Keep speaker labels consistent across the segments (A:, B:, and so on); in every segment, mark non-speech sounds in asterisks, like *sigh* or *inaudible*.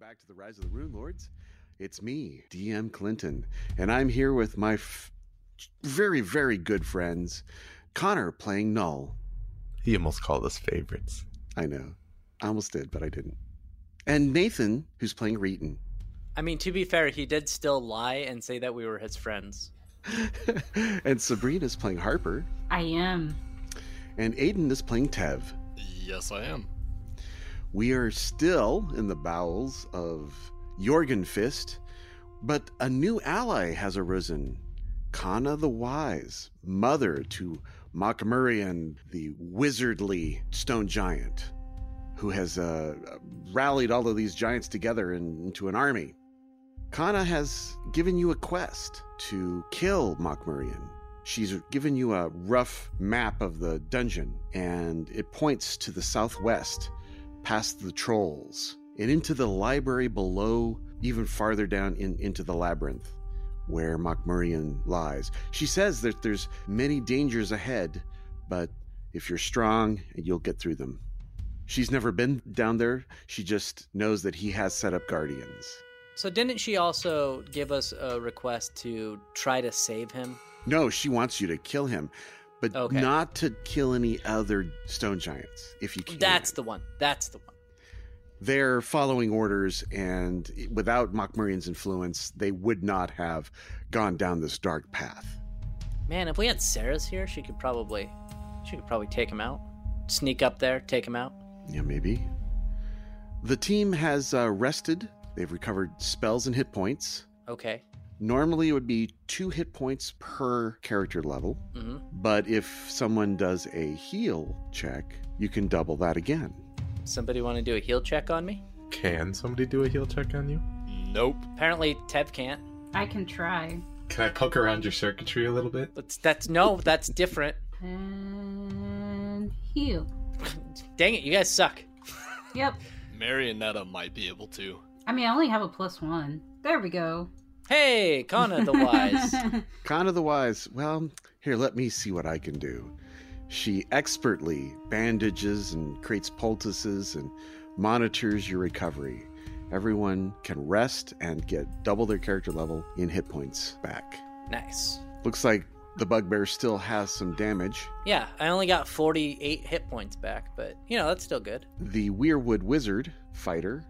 A: back to the Rise of the Rune Lords. It's me, DM Clinton, and I'm here with my f- very, very good friends, Connor playing Null.
B: He almost called us favorites.
A: I know, I almost did, but I didn't. And Nathan, who's playing Reeton.
C: I mean, to be fair, he did still lie and say that we were his friends.
A: *laughs* and Sabrina's playing Harper,
D: I am.
A: and Aiden is playing Tev.
E: Yes, I am.
A: We are still in the bowels of Jorgenfist, but a new ally has arisen. Kana the Wise, mother to Makmurian, the wizardly stone giant, who has uh, rallied all of these giants together in, into an army. Kana has given you a quest to kill Makmurian. She's given you a rough map of the dungeon, and it points to the southwest past the trolls and into the library below, even farther down in, into the labyrinth where Machmurian lies. She says that there's many dangers ahead, but if you're strong, you'll get through them. She's never been down there. She just knows that he has set up guardians.
C: So, didn't she also give us a request to try to save him?
A: No, she wants you to kill him, but
C: Okay.
A: not to kill any other stone giants if you can.
C: That's the one. That's the one.
A: they're following orders, and without Machmurian's influence, they would not have gone down this dark path.
C: Man, if we had Sarah's here, she could probably, she could probably take him out. Sneak up there, take him out.
A: Yeah, maybe. The team has uh, rested. They've recovered spells and hit points.
C: Okay.
A: Normally, it would be two hit points per character level,
C: hmm
A: but if someone does a heal check, you can double that again.
C: Somebody want to do a heal check on me?
B: Can somebody do a heal check on you?
E: Nope.
C: Apparently, Tev can't.
D: I can try.
B: Can I poke around your circuitry a little bit?
C: That's, that's no, that's different.
D: And heal.
C: Dang it, you guys suck.
D: Yep.
E: Marionetta might be able to.
D: I mean, I only have a plus one. There we go.
C: Hey, Kana the
D: *laughs*
C: Wise.
A: Kana the Wise, well, here, let me see what I can do. She expertly bandages and creates poultices and monitors your recovery. Everyone can rest and get double their character level in hit points back.
C: nice.
A: Looks like the bugbear still has some damage.
C: Yeah, I only got 48 hit points back, but you know, that's still good.
A: The Weirwood Wizard fighter,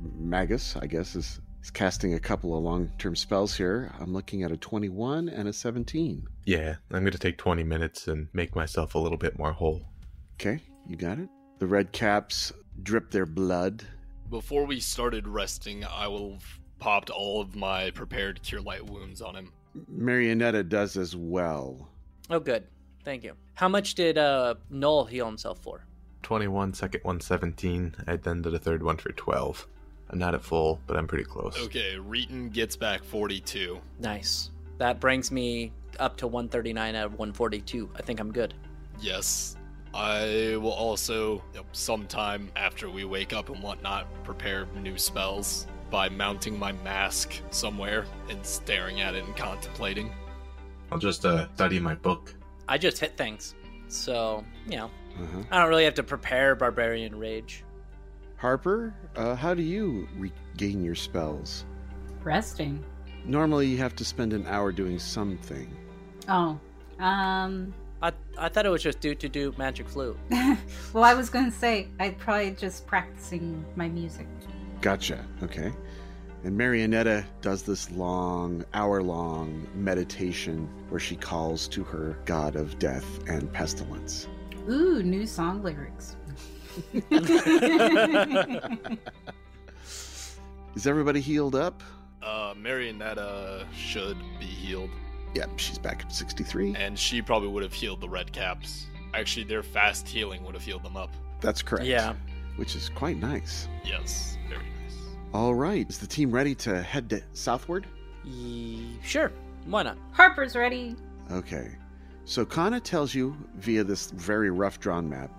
A: Magus, I guess, is, is casting a couple of long term spells here. I'm looking at a 21 and a 17.
B: Yeah, I'm going to take 20 minutes and make myself a little bit more whole.
A: Okay, you got it. The red caps drip their blood.
E: Before we started resting, I will have popped all of my prepared cure light wounds on him.
A: Marionetta does as well.
C: Oh, good. Thank you. How much did uh, Noel heal himself for?
B: 21, second one 17. I then did a third one for 12. I'm not at full, but I'm pretty close.
E: Okay, Reeton gets back 42.
C: Nice. That brings me up to 139 out of 142. I think I'm good.
E: Yes. I will also, you know, sometime after we wake up and whatnot, prepare new spells by mounting my mask somewhere and staring at it and contemplating.
B: I'll just uh, study my book.
C: I just hit things. So, you know,
A: Uh-huh.
C: I don't really have to prepare Barbarian Rage.
A: Harper, uh, how do you regain your spells?
D: Resting.
A: Normally, you have to spend an hour doing something.
D: Oh. Um. *laughs*
C: I, I thought it was just do to do magic flute.
D: well, I was gonna say I'd probably just practicing my music.
A: Gotcha. Okay. And Marionetta does this long, hour long meditation where she calls to her god of death and pestilence.
D: Ooh, new song lyrics. *laughs*
A: Is everybody healed up?
E: Uh, Marionetta should be healed,
A: Yep, she's back at 63.
E: and she probably would have healed the red caps. Actually, their fast healing would have healed them up.
A: That's correct.
C: Yeah.
A: Which is quite nice.
E: Yes, very nice.
A: All right. Is the team ready to head to southward?
C: Ye- sure. Why not?
D: Harper's ready.
A: Okay. So Kana tells you via this very rough drawn map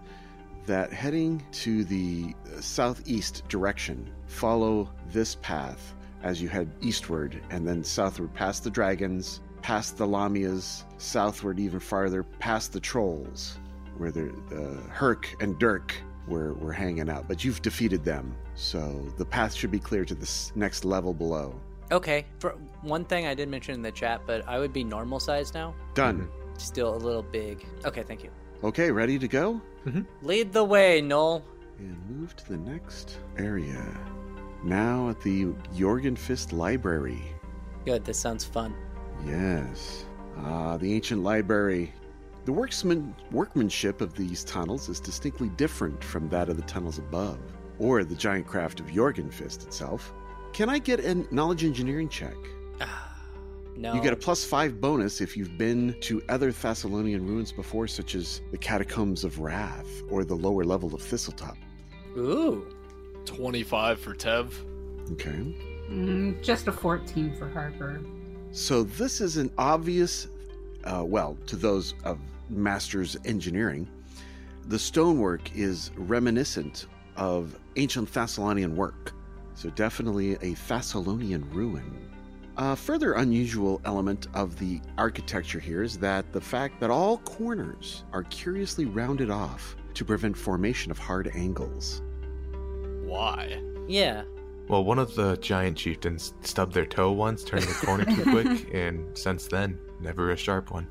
A: that heading to the uh, southeast direction, follow this path as you head eastward and then southward past the dragons, past the lamias, southward even farther past the trolls, where the uh, Herc and Dirk were, were hanging out. But you've defeated them, so the path should be clear to this next level below.
C: Okay. For one thing I did mention in the chat, but I would be normal size now.
A: Done.
C: Still a little big. Okay, thank you.
A: Okay, ready to go?
C: Lead the way, Noel.
A: And move to the next area. Now at the Jorgenfist Library.
C: Good, this sounds fun. *sighs*
A: Yes. Ah, the ancient library. The worksman, workmanship of these tunnels is distinctly different from that of the tunnels above, or the giant craft of Jorgenfist itself. Can I get a knowledge engineering check?
C: No.
A: You get a plus five bonus if you've been to other Thessalonian ruins before, such as the Catacombs of Wrath or the lower level of Thistletop.
C: Ooh.
E: 25 for Tev.
A: Okay.
D: Mm, just a 14 for Harper.
A: So this is an obvious, uh, well, to those of masters engineering, the stonework is reminiscent of ancient Thessalonian work. So definitely a Thessalonian ruin. A further unusual element of the architecture here is that the fact that all corners are curiously rounded off to prevent formation of hard angles.
E: Why?
C: Yeah.
B: Well, one of the giant chieftains stubbed their toe once, turning a corner *laughs* too quick, and since then, never a sharp one.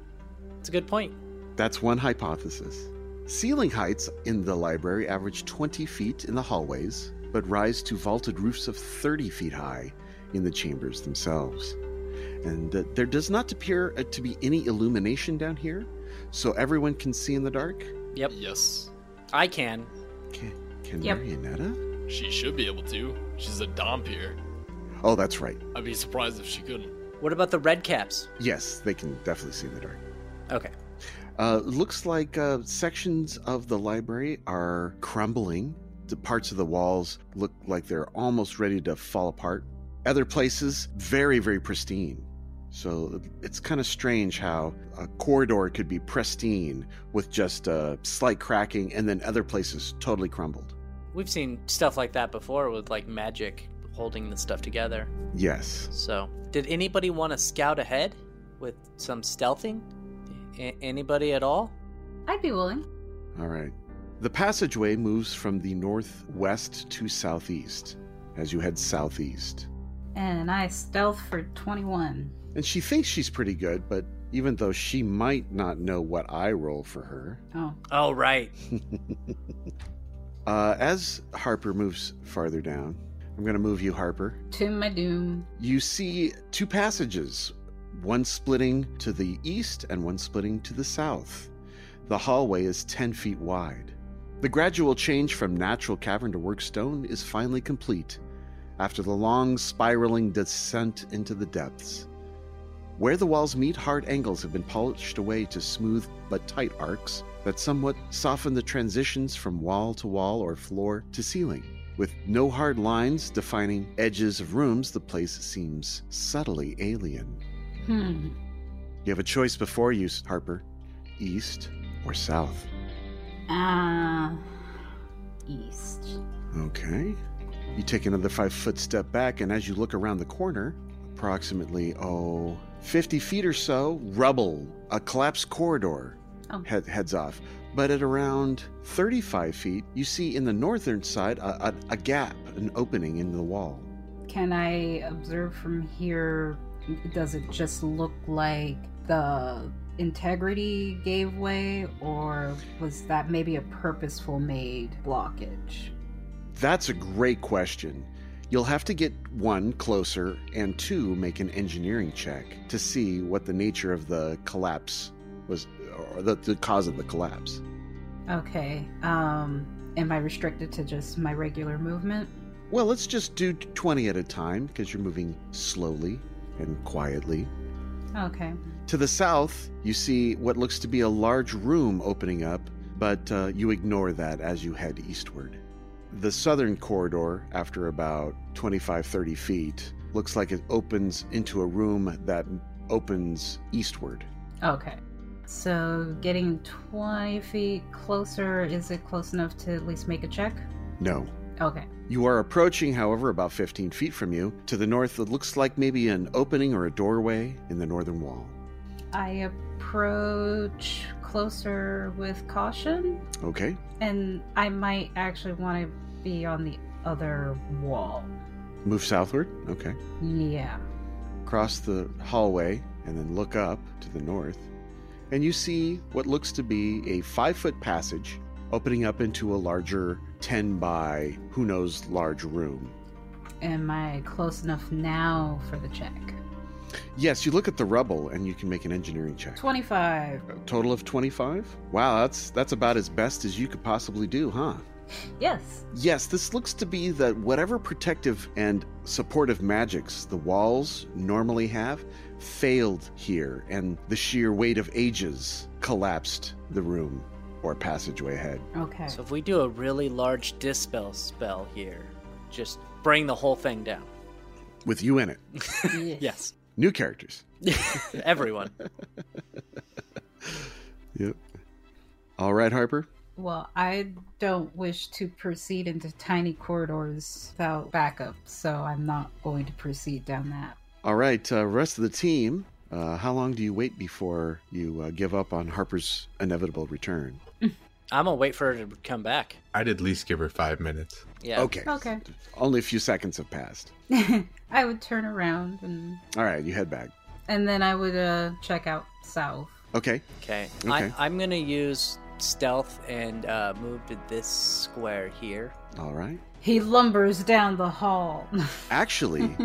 C: It's a good point.
A: That's one hypothesis. Ceiling heights in the library average 20 feet in the hallways, but rise to vaulted roofs of 30 feet high in the chambers themselves. And uh, there does not appear uh, to be any illumination down here, so everyone can see in the dark.
C: Yep.
E: Yes.
C: I can.
A: Can, can
D: Yep.
A: Marionetta?
E: She should be able to. She's a Dom here.
A: Oh, that's right.
E: I'd be surprised if she couldn't.
C: What about the red caps?
A: Yes, they can definitely see in the dark.
C: Okay.
A: Uh, looks like uh, sections of the library are crumbling. The parts of the walls look like they're almost ready to fall apart. Other places, very, very pristine. So it's kind of strange how a corridor could be pristine with just a slight cracking, and then other places totally crumbled.
C: We've seen stuff like that before with like magic holding the stuff together.
A: Yes.
C: So, did anybody want to scout ahead with some stealthing? A- anybody at all?
D: I'd be willing.
A: All right. The passageway moves from the northwest to southeast as you head southeast.
D: And I stealth for 21.
A: And she thinks she's pretty good, but even though she might not know what I roll for her,
D: Oh,
C: Oh, right.
A: uh, as Harper moves farther down, I'm going to move you, Harper.
D: to my doom.
A: You see two passages, one splitting to the east and one splitting to the south. The hallway is 10 feet wide. The gradual change from natural cavern to work stone is finally complete after the long spiraling descent into the depths. Where the walls meet, hard angles have been polished away to smooth but tight arcs that somewhat soften the transitions from wall to wall or floor to ceiling. With no hard lines defining edges of rooms, the place seems subtly alien.
D: Hmm.
A: You have a choice before you, Harper east or south.
D: Ah. east.
A: Okay. You take another five foot step back, and as you look around the corner, approximately, oh, 50 feet or so, rubble, a collapsed corridor
D: Oh.
A: head, heads off. But at around 35 feet, you see in the northern side a, a, a gap, an opening in the wall.
D: Can I observe from here? Does it just look like the integrity gave way, or was that maybe a purposeful made blockage?
A: That's a great question. You'll have to get one closer and two make an engineering check to see what the nature of the collapse was, or the, the cause of the collapse.
D: Okay. Um, am I restricted to just my regular movement?
A: Well, let's just do 20 at a time because you're moving slowly and quietly.
D: Okay.
A: To the south, you see what looks to be a large room opening up, but uh, you ignore that as you head eastward. The southern corridor, after about 25 30 feet, looks like it opens into a room that opens eastward.
D: Okay. So getting 20 feet closer, is it close enough to at least make a check?
A: No.
D: Okay.
A: You are approaching, however, about 15 feet from you. To the north, it looks like maybe an opening or a doorway in the northern wall.
D: I approach closer with caution,
A: Okay.
D: and I might actually want to be on the other wall.
A: Move southward. Okay.
D: Yeah.
A: Cross the hallway and then look up to the north. And you see what looks to be a five foot passage opening up into a larger 10 by who knows large room.
D: Am I close enough now for the check?
A: Yes, you look at the rubble and you can make an engineering check.
D: 25.
A: A total of 25? Wow, that's that's about as best as you could possibly do, huh?
D: Yes.
A: Yes, this looks to be that whatever protective and supportive magics the walls normally have failed here, and the sheer weight of ages collapsed the room or passageway ahead.
D: Okay. *laughs*
C: So if we do a really large dispel spell here, just bring the whole thing down.
A: With you in it.
C: Yes.
A: New characters.
C: *laughs* Everyone.
A: Yep. All right, Harper.
D: Well, I don't wish to proceed into tiny corridors without backup, so I'm not going to proceed down that.
A: All right, uh, rest of the team. Uh, how long do you wait before you uh, give up on Harper's inevitable return?
C: I'm gonna wait for her to come back.
B: I'd at least give her five minutes.
C: Yeah.
A: Okay.
D: Okay.
A: Only a few seconds have passed.
D: *laughs* I would turn around and
A: All right, you head back.
D: and then I would uh check out south.
A: Okay.
C: Okay.
A: Okay.
C: I, I'm gonna use stealth and uh, move to this square here.
A: All right.
D: He lumbers down the hall. *laughs*
A: Actually,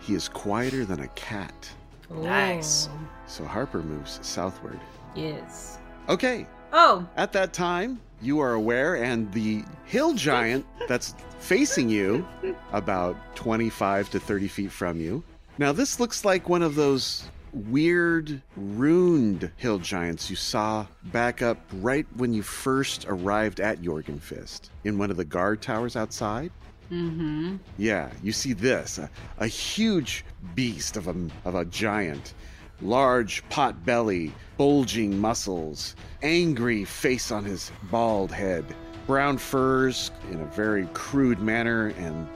A: he is quieter than a cat.
C: Nice.
D: Ooh,
A: So Harper moves southward.
D: Oh, Yes.
A: Okay.
D: Oh,
A: At that time, you are aware, and the hill giant that's facing you, about 25 to 30 feet from you. Now, this looks like one of those weird, ruined hill giants you saw back up right when you first arrived at Jorgenfist in one of the guard towers outside.
D: mm-hmm.
A: Yeah, you see this a, a huge beast of a, of a giant. Large pot belly, bulging muscles, angry face on his bald head, brown furs in a very crude manner, and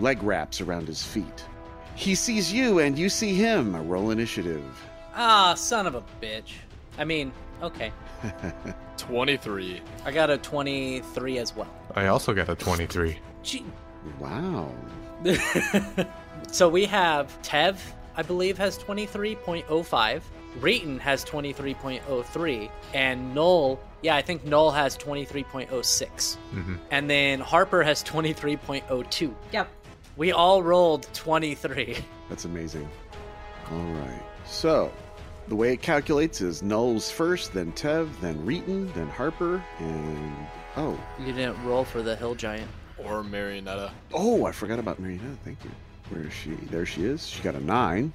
A: leg wraps around his feet. He sees you and you see him. A roll initiative.
C: Ah, son of a bitch. I mean, okay.
E: 23.
C: I got a 23 as well.
B: I also got a 23.
C: Gee. *laughs*
A: Wow.
C: so we have Tev, I believe, has 23.05. Reeton has 23.03. And Noel, yeah, I think Noel has 23.06.
B: hmm
C: And then Harper has 23.02.
D: Yep.
C: We all rolled 23.
A: That's amazing. All right. So, the way it calculates is Null's first, then Tev, then Reeton, then Harper, and. Oh,
C: You didn't roll for the hill giant.
E: Or Marionetta.
A: Oh, I forgot about Marina. Thank you. Where is she? There she is. She got a nine.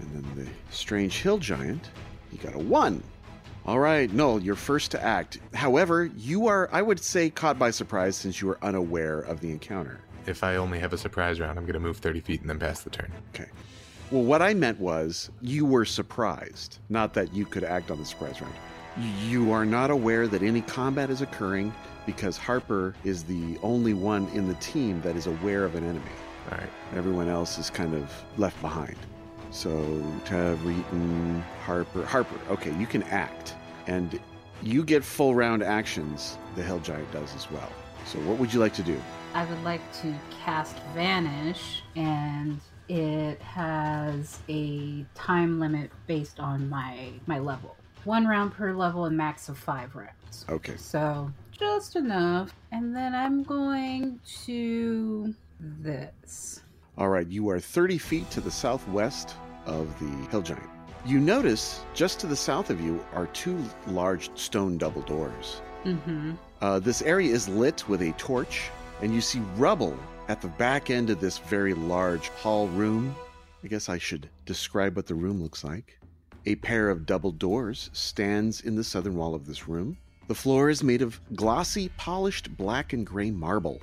A: And then the strange hill giant, he got a one. All right, Null, you're first to act. However, you are, I would say, caught by surprise since you were unaware of the encounter.
B: If I only have a surprise round, I'm going to move 30 feet and then pass the turn.
A: Okay. Well, what I meant was you were surprised, not that you could act on the surprise round. You are not aware that any combat is occurring because Harper is the only one in the team that is aware of an enemy.
B: All right.
A: Everyone else is kind of left behind. So Tev, Reeton, Harper. Harper, okay, you can act. And you get full round actions. The Hell Giant does as well. So what would you like to do?
D: I would like to cast Vanish, and it has a time limit based on my my level. One round per level and max of five rounds.
A: Okay.
D: So just enough. And then I'm going to this.
A: All right, you are 30 feet to the southwest of the Hill Giant. You notice just to the south of you are two large stone double doors.
D: Mm-hmm.
A: Uh, this area is lit with a torch, and you see rubble at the back end of this very large hall room. I guess I should describe what the room looks like. A pair of double doors stands in the southern wall of this room. The floor is made of glossy, polished black and gray marble.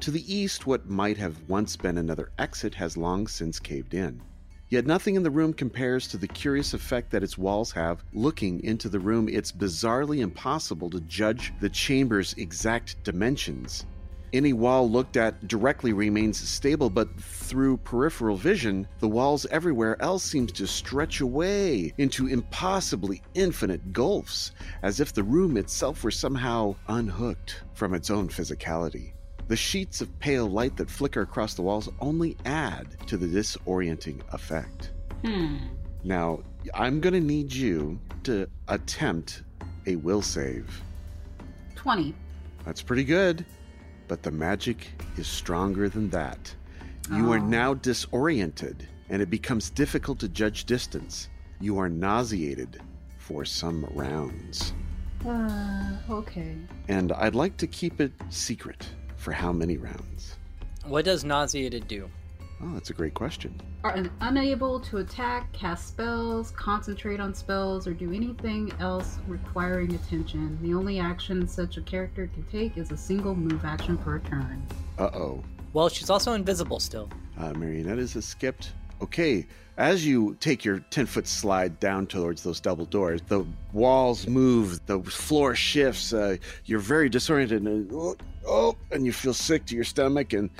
A: To the east, what might have once been another exit has long since caved in. Yet nothing in the room compares to the curious effect that its walls have. Looking into the room, it's bizarrely impossible to judge the chamber's exact dimensions. Any wall looked at directly remains stable, but through peripheral vision, the walls everywhere else seems to stretch away into impossibly infinite gulfs, as if the room itself were somehow unhooked from its own physicality. The sheets of pale light that flicker across the walls only add to the disorienting effect.
D: Hmm.
A: Now, I'm going to need you to attempt a will save.
D: 20.
A: That's pretty good, but the magic is stronger than that. You are
D: Oh.
A: now disoriented, and it becomes difficult to judge distance. You are nauseated for some rounds.
D: Uh, okay.
A: And I'd like to keep it secret for how many rounds?
C: What does nauseated do?
A: Oh, that's a great question.
D: Are un- unable to attack, cast spells, concentrate on spells, or do anything else requiring attention. The only action such a character can take is a single move action per turn.
A: Uh oh.
C: Well, she's also invisible still.
A: Uh, Marionette is escaped. Okay, as you take your 10 foot slide down towards those double doors, the walls move, the floor shifts, uh, you're very disoriented, and oh, oh, and you feel sick to your stomach, and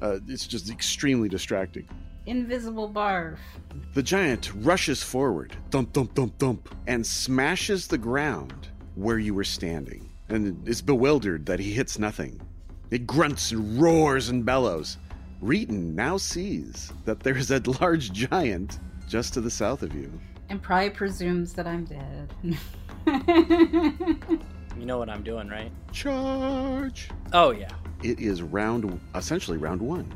A: uh, it's just extremely distracting.
D: Invisible barf.
A: The giant rushes forward, thump, thump, thump, thump, and smashes the ground where you were standing, and is bewildered that he hits nothing. It grunts and roars and bellows. Reeton now sees that there is a large giant just to the south of you.
D: And probably presumes that I'm dead. *laughs*
C: You know what I'm doing, right?
A: Charge!
C: Oh, yeah.
A: It is round, essentially round one.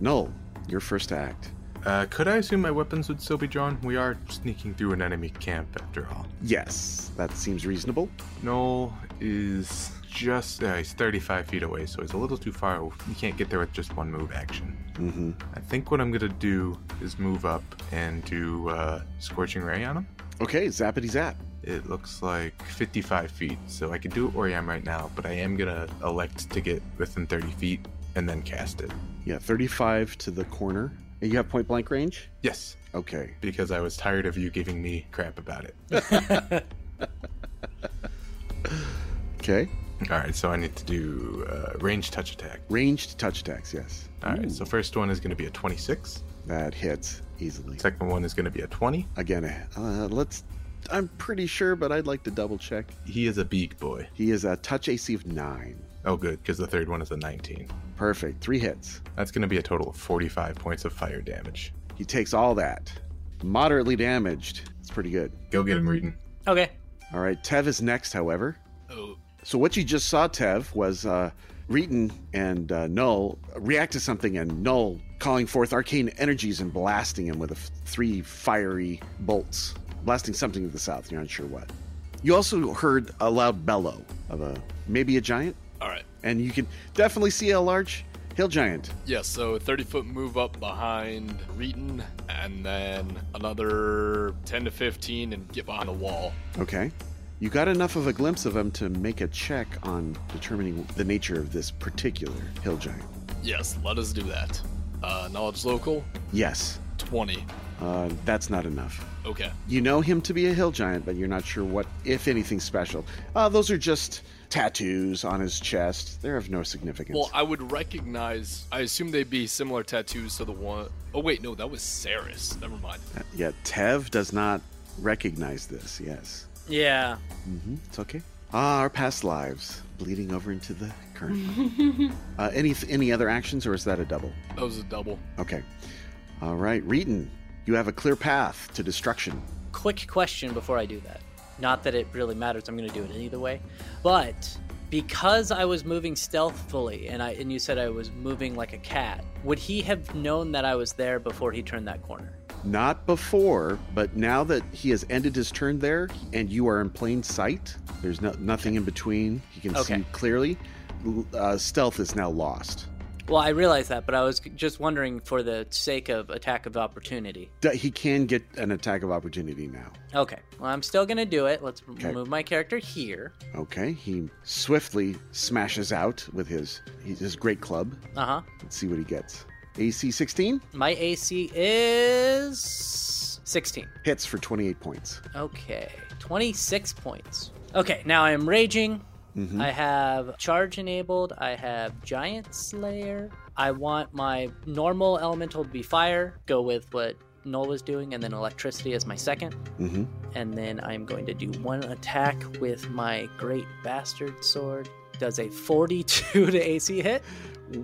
A: Null, your first to act.
B: Uh, could I assume my weapons would still be drawn? We are sneaking through an enemy camp after all.
A: Yes, that seems reasonable.
B: Noel is just uh, he's 35 feet away, so he's a little too far. You can't get there with just one move action.
A: Mm-hmm.
B: I think what I'm gonna do is move up and do uh, scorching ray on him.
A: Okay, zappity zap.
B: It looks like 55 feet, so I could do it where I am right now, but I am gonna elect to get within 30 feet and then cast it.
A: Yeah, 35 to the corner. You have point blank range?
B: Yes,
A: Okay.
B: because I was tired of you giving me crap about it.
A: Okay.
B: All right, so I need to do uh, range touch attack.
A: Ranged touch attacks, yes.
B: All right, so first one is gonna be a 26.
A: That hits easily.
B: Second one is gonna be a 20.
A: Again, uh, let's. I'm pretty sure, but I'd like to double check.
B: He is a beak boy.
A: He is a touch AC of nine.
B: Oh, good, because the third one is a 19.
A: Perfect. Three hits.
B: That's going to be a total of 45 points of fire damage.
A: He takes all that. Moderately damaged. It's pretty good.
B: Go get him, Reading.
C: Okay.
A: All right. Tev is next, however.
E: Oh,
A: So what you just saw, Tev, was uh, Reeton and uh, Null react to something, and Null calling forth arcane energies and blasting him with a f- three fiery bolts, blasting something to the south. You're unsure what. You also heard a loud bellow of a maybe a giant,
E: all right.
A: and you can definitely see a large hill giant.
E: Yeah, so 30 foot move up behind Reeton, and then another 10 to 15 and get behind the wall.
A: Okay. You got enough of a glimpse of him to make a check on determining the nature of this particular hill giant.
E: Yes, let us do that. Uh, knowledge local,
A: Yes,
E: 20.
A: uh, that's not enough.
E: Okay.
A: You know him to be a hill giant, but you're not sure what, if anything special. Uh, those are just tattoos on his chest. They're of no significance.
E: Well, I would recognize. I assume they'd be similar tattoos to the one oh wait, no, that was Saris. Never mind.
A: Yet Tev does not recognize this. Yes.
C: Yeah.
A: hmm It's okay. Ah, our past lives bleeding over into the current. uh, any any other actions, or is that a double?
E: That was a double.
A: Okay. All right, Reeton, you have a clear path to destruction.
C: Quick question before I do that. Not that it really matters. I'm going to do it either way. But because I was moving stealthfully and I and you said I was moving like a cat, would he have known that I was there before he turned that corner?
A: Not before, but now that he has ended his turn there and you are in plain sight, there's no, nothing in between. He can see
C: Okay.
A: you clearly. L- Uh, stealth is now lost.
C: Well, I realize that, but I was just wondering for the sake of attack of opportunity.
A: D- He can get an attack of opportunity now.
C: Okay. Well, I'm still going to do it. Let's move my character here.
A: Okay, he swiftly smashes out with his his great club.
C: Uh-huh.
A: Let's see what he gets. AC 16
C: My AC is 16.
A: hits for 28 points.
C: Okay, 26 points. Okay, now I am raging.
A: Mhm.
C: I have charge enabled. I have giant slayer. I want my normal elemental to be fire. Go with what Null was doing, and then electricity as my second.
A: Mhm.
C: And then I'm going to do one attack with my great bastard sword. Does a 42 *laughs* to AC hit?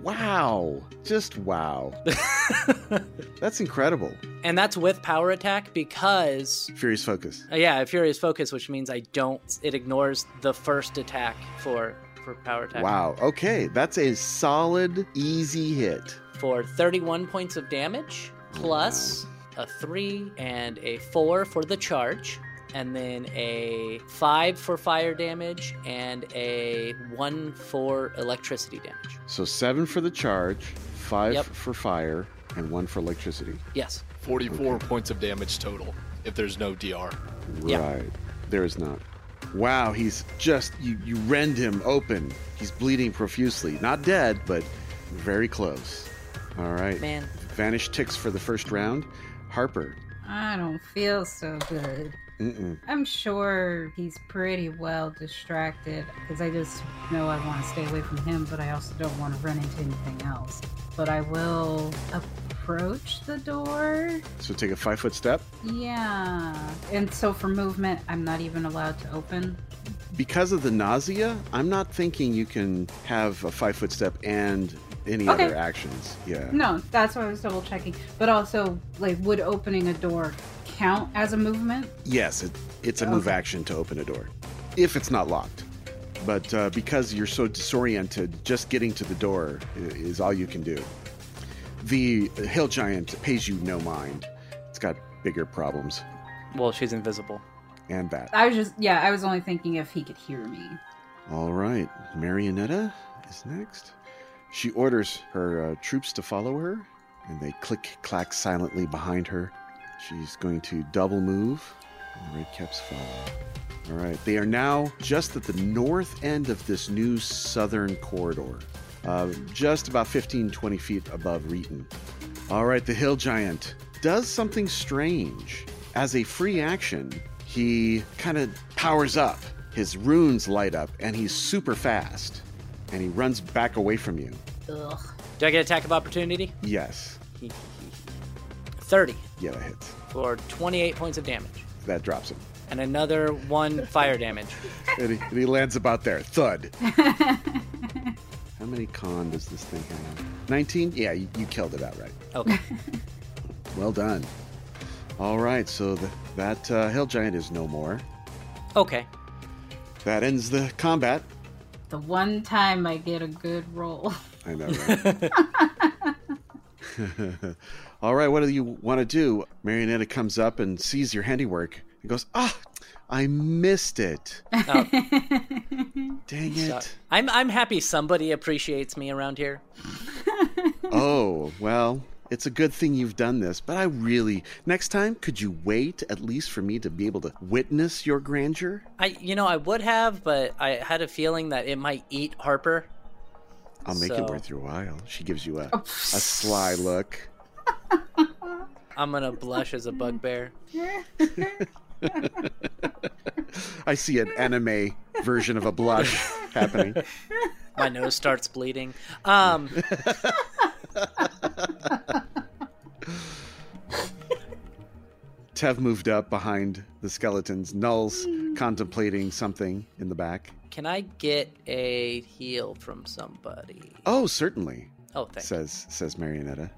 A: Wow. Just wow. That's incredible.
C: and that's with power attack because
A: Furious Focus.
C: Uh, Yeah, Furious Focus, which means I don't. It ignores the first attack for for power attack.
A: Wow. Okay. That's a solid, easy hit.
C: For 31 points of damage, plus a three and a four for the charge, and then a five for fire damage and a one for electricity damage.
A: So seven for the charge, five
C: Yep.
A: for fire, and one for electricity.
C: Yes.
E: 44 points of damage total if there's no DR.
C: Yeah.
A: Right. There is not. Wow, he's just you you rend him open. He's bleeding profusely. Not dead, but very close. All right.
C: Man.
A: Vanish ticks for the first round. Harper.
D: I don't feel so good.
A: Mm-mm.
D: I'm sure he's pretty well distracted because I just know I want to stay away from him, but I also don't want to run into anything else. But I will approach the door.
A: So take a five foot step.
D: Yeah. And so for movement, I'm not even allowed to open.
A: Because of the nausea, I'm not thinking you can have a five foot step and any
D: Okay.
A: other actions. Yeah.
D: No, that's why I was double checking. But also, like, would opening a door count as a movement?
A: Yes, it, it's a move
D: Okay.
A: action to open a door, if it's not locked. But uh, because you're so disoriented, just getting to the door i- is all you can do. The hill giant pays you no mind. It's got bigger problems,
C: Well, she's invisible.
A: and that.
D: I was just, yeah, I was only thinking if he could hear me.
A: All right, Marionetta is next. She orders her uh, troops to follow her, and they click clack silently behind her. She's going to double move, and the red caps follow. All right, they are now just at the north end of this new southern corridor, uh, just about 15, 20 feet above Reeton. All right, the hill giant does something strange. As a free action, he kind of powers up. His runes light up, and he's super fast. And he runs back away from you.
D: Ugh.
C: Do I get attack of opportunity? *laughs*
A: Yes.
C: 30
A: Yeah, that hits.
C: for 28 points of damage,
A: That drops him.
C: and another one fire damage.
A: And he, and he lands about there. Thud. How many con does this thing have? 19? Yeah, you, you killed it outright.
C: Okay.
A: Well done. All right, so the, that uh, hill giant is no more.
C: Okay.
A: That ends the combat.
D: The one time I get a good roll. *laughs*
A: I know. Right? All right, *laughs* what do you want to do? Marionetta comes up and sees your handiwork and goes, "Ah, I missed it.
C: Oh.
A: Dang
C: So-
A: it.
C: I'm I'm happy somebody appreciates me around here.
A: oh, well, it's a good thing you've done this, but I really next time could you wait at least for me to be able to witness your grandeur?
C: I you know I would have, but I had a feeling that it might eat Harper.
A: I'll make
C: So-
A: it worth your while." She gives you
C: *laughs*
A: a a sly look.
C: I'm gonna blush as a bugbear.
A: I see an anime version of a
C: *laughs*
A: blush happening.
C: My nose starts bleeding. Um.
A: Tev moved up behind the skeletons. Null's contemplating something in the back.
C: Can I get a heal from somebody?
A: Oh, certainly,
C: Oh, thanks.
A: says says
C: *laughs*
A: Marionetta.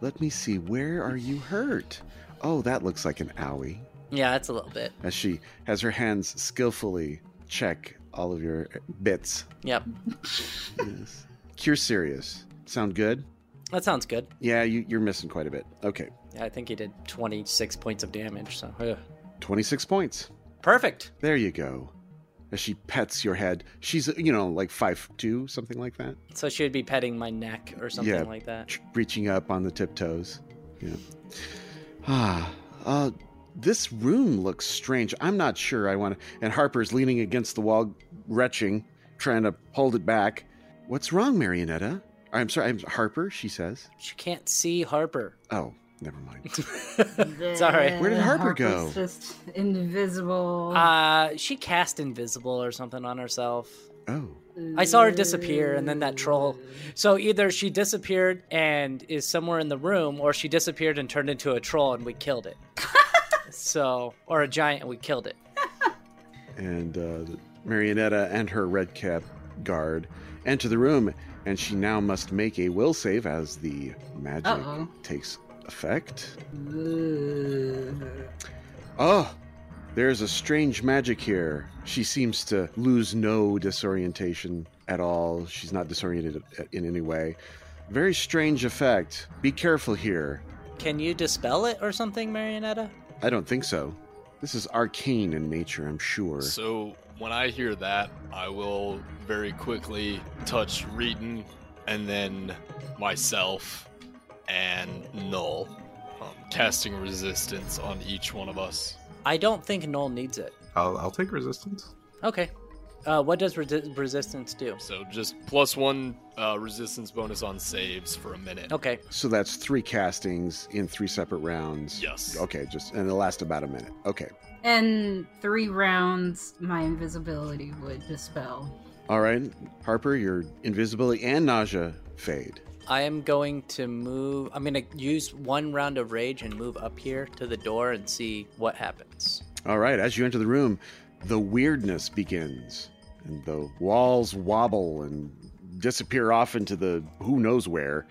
A: Let me see, where are you hurt? Oh, that looks like an owie.
C: Yeah, that's a little bit.
A: As she has her hands skillfully check all of your bits.
C: Yep,
A: Yes. Cure serious. Sound good?
C: that sounds good.
A: Yeah, you, you're missing quite a bit. Okay.
C: Yeah, I think he did 26 points of damage. So ugh.
A: 26 points.
C: perfect.
A: There you go. As she pets your head, she's, you know, like five two, something like that.
C: So she would be petting my neck or something
A: Yeah.
C: like that.
A: reaching up on the tiptoes. Yeah. Ah, uh, this room looks strange. I'm not sure I want to. And Harper's leaning against the wall, retching, trying to hold it back. What's wrong, Marionetta? I'm sorry, I'm Harper. She says.
C: She can't see Harper.
A: Oh, Never
D: *laughs*
A: mind.
C: it's all right.
A: Where did Harper
D: Harper's
A: go?
D: Just invisible.
C: Uh, she cast invisible or something on herself.
A: Oh,
C: I saw her disappear, and then that troll- So either she disappeared and is somewhere in the room, or she disappeared and turned into a troll and we killed it. so, or a giant and we killed it.
A: and uh, Marionetta and her red cap guard enter the room, and she now must make a will save as the magic
D: Uh-oh.
A: takes effect.
D: Ugh.
A: Oh, there's a strange magic here. She seems to lose no disorientation at all. She's not disoriented in any way. Very strange effect. Be careful here.
C: Can you dispel it or something, Marionetta?
A: I don't think so. This is arcane in nature, I'm sure.
E: So when I hear that, I will very quickly touch Reeton and then myself and Null, um, casting resistance on each one of us.
C: I don't think Null needs it.
B: I'll, I'll take resistance.
C: Okay. Uh, what does resi- resistance do?
E: So just plus one uh, resistance bonus on saves for a minute.
C: Okay.
A: So that's three castings in three separate rounds.
E: Yes.
A: Okay, just and it'll last about a minute. Okay.
D: And three rounds, my invisibility would dispel.
A: All right. Harper, your invisibility and nausea fade.
C: I am going to move. I'm going to use one round of rage and move up here to the door and see what happens.
A: All right, as you enter the room, the weirdness begins, and the walls wobble and disappear off into the who knows where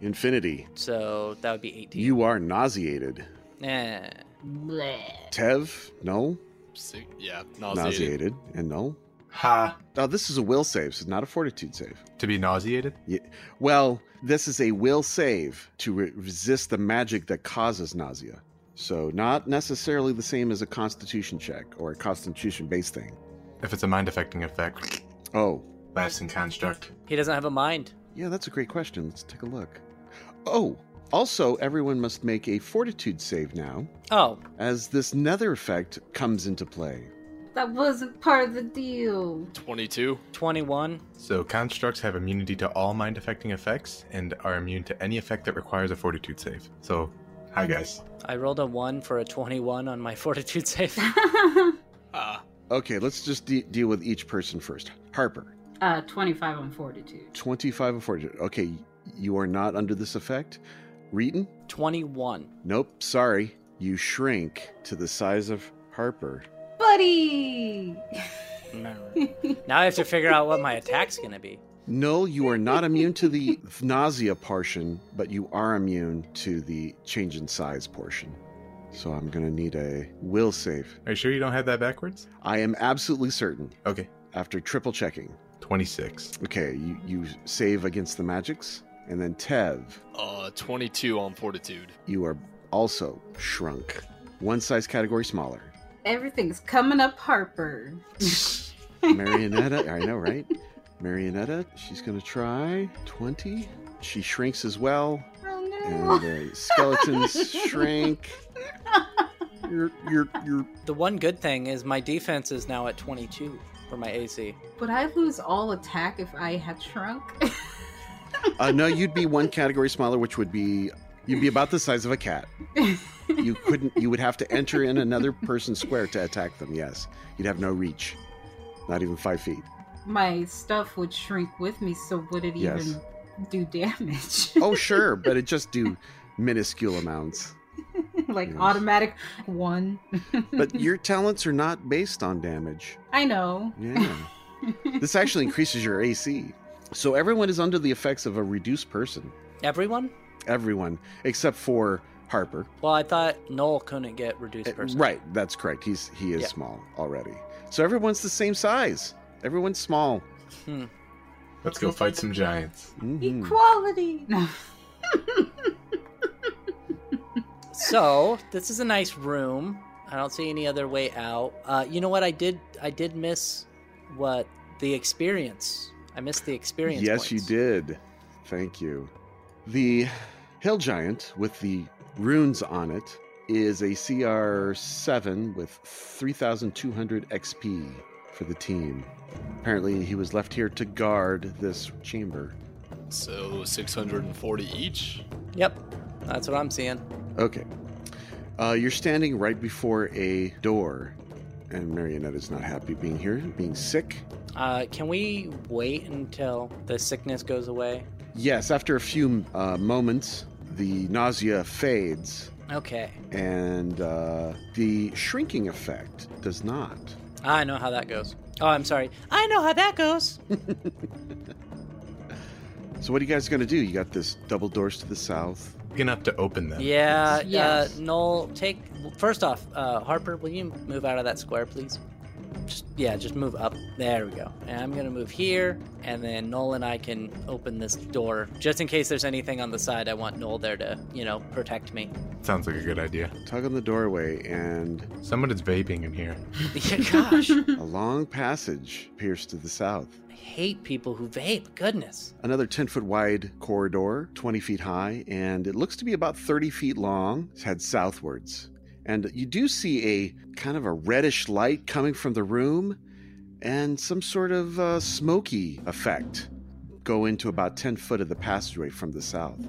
A: infinity.
C: So that would be 18.
A: You are nauseated.
C: Eh.
D: Bleh.
A: Tev, no,
E: Si- yeah, nauseated.
A: nauseated, and no.
B: Ha!
A: Now, this is a will save, so not a fortitude save.
B: To be nauseated?
A: Well, this is a will save to re- resist the magic that causes nausea. So, not necessarily the same as a constitution check or a constitution based thing.
B: If it's a mind affecting effect,
A: Oh,
B: lasting construct.
C: He doesn't have a mind.
A: Yeah, that's a great question. Let's take a look. Oh, also, everyone must make a fortitude save now,
C: Oh,
A: as this nether effect comes into play.
D: That wasn't part of the deal. *laughs*
E: 22.
C: 21.
B: So constructs have immunity to all mind affecting effects and are immune to any effect that requires a fortitude save. So, hi guys.
C: I rolled a 1 for a 21 on my *laughs* fortitude
D: *laughs*
C: save.
E: Ah,
A: Okay, let's just de- deal with each person first. Harper,
D: uh, 25 on fortitude.
A: 25 and fortitude. Okay, you are not under this effect. Reeton?
C: 21.
A: Nope, sorry. You shrink to the size of Harper.
D: Buddy!
C: Now I have to figure out what my attack's going to be.
A: No, you are not immune to the nausea portion, but you are immune to the change in size portion. So I'm going to need a will save.
B: Are you sure you don't have that backwards?
A: I am absolutely certain
B: Okay.
A: after triple checking.
B: 26.
A: Okay, you, you save against the magics. And then Tev,
E: uh, 22 on fortitude.
A: you are also shrunk. One size category smaller.
D: Everything's coming up, Harper. *laughs*
A: Marionetta, I know, right? Marionetta, she's going to try 20. She shrinks as well.
D: Oh
A: And
D: *laughs*
A: the skeletons shrink. You're, you're, you're.
C: The one good thing is my defense is now at 22 for my AC.
D: Would I lose all attack if I had shrunk? *laughs*
A: Uh, no, you'd be one category smaller, which would be you'd be about the size of a cat. You couldn't. You would have to enter in another person's square to attack them. Yes, you'd have no reach, not even five feet.
D: My stuff would shrink with me, so would it
A: Yes.
D: even do damage?
A: Oh, sure, but it just do minuscule amounts.
D: *laughs* like
A: Yes.
D: automatic one.
A: But your talents are not based on damage.
D: I know.
A: Yeah, this actually increases your AC. So everyone is under the effects of a reduced person.
C: Everyone?
A: Everyone except for Harper.
C: Well, I thought Noel couldn't get reduced
A: Uh,
C: person.
A: Right, that's correct. He's he is
C: Yeah.
A: small already. So everyone's the same size. Everyone's small.
B: Let's go fight some giants.
A: Mhm.
D: Equality. No.
C: So this is a nice room. I don't see any other way out. Uh, you know what? I did. I did miss what the experience. I missed the experience.
A: Yes,
C: points.
A: you did. Thank you. The hill giant with the runes on it is a CR7 with 3,200 XP for the team. Apparently, he was left here to guard this chamber.
E: So 640 each.
C: Yep, that's what I'm seeing.
A: Okay. Uh, you're standing right before a door, and Marionette is not happy being here, being sick.
C: Uh, can we wait until the sickness goes away?
A: Yes, after a few uh, moments, the nausea fades,
C: Okay.
A: and uh, the shrinking effect does not.
C: I know how that goes. Oh, I'm sorry. I know how that goes.
A: So, what are you guys going to do? You got this double doors to the south.
B: You're gonna have to open them.
C: yeah,
D: Yes.
C: uh, Noel, take. First off, uh, Harper, will you move out of that square, please? Just, yeah, just move up. There we go. And I'm going to move here, and then Noel and I can open this door. Just in case there's anything on the side, I want Noel there to, you know, protect me.
B: Sounds like a good idea.
A: Tug on the doorway, and
B: Someone is vaping in here.
C: Gosh, I
A: a long passage appears to the south.
C: hate people who vape. Goodness.
A: Another 10 foot wide corridor, 20 feet high, and it looks to be about 30 feet long. It's head southwards. And you do see a kind of a reddish light coming from the room and some sort of uh, smoky effect go into about 10 foot of the passageway from the south.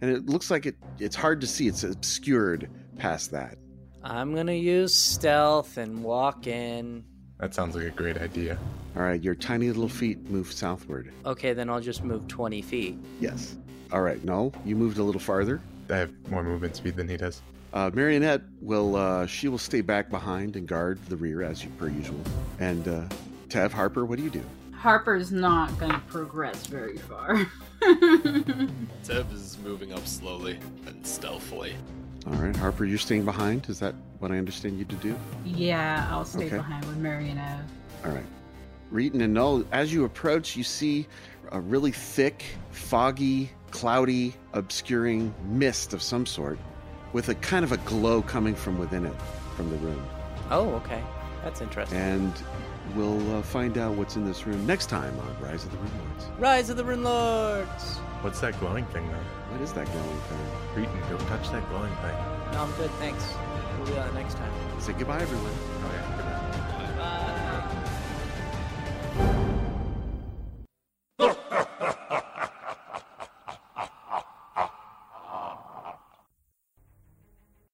A: And it looks like it, it's hard to see, it's obscured past that.
C: I'm going to use stealth and walk in.
B: That sounds like a great idea.
A: All right, your tiny little feet move southward.
C: Okay, then I'll just move 20 feet.
A: Yes. All right, no, you moved a little farther.
B: I have more movement speed than he does.
A: Uh, Marionette will uh, she will stay back behind and guard the rear as you, per usual. And uh, Tav Harper, what do you do?
D: Harper's not gonna progress very far. *laughs*
E: Tev is moving up slowly and stealthily.
A: All right, Harper, you're staying behind. Is that what I understand you to do?
D: yeah, I'll stay
A: Okay.
D: behind with Marionette.
A: All right. Reeton and Null, as you approach, you see a really thick, foggy, cloudy, obscuring mist of some sort, with a kind of a glow coming from within it, from the room.
C: Oh, okay. That's interesting.
A: And we'll uh, find out what's in this room next time on Rise of the Rune Lords.
C: Rise of the Rune Lords!
B: What's that glowing thing though?
A: What is that glowing thing?
B: Reeton, don't touch that glowing thing.
C: No, I'm good, thanks. We'll do that next time.
A: Say goodbye, everyone.
B: Oh yeah. good night.
C: Bye.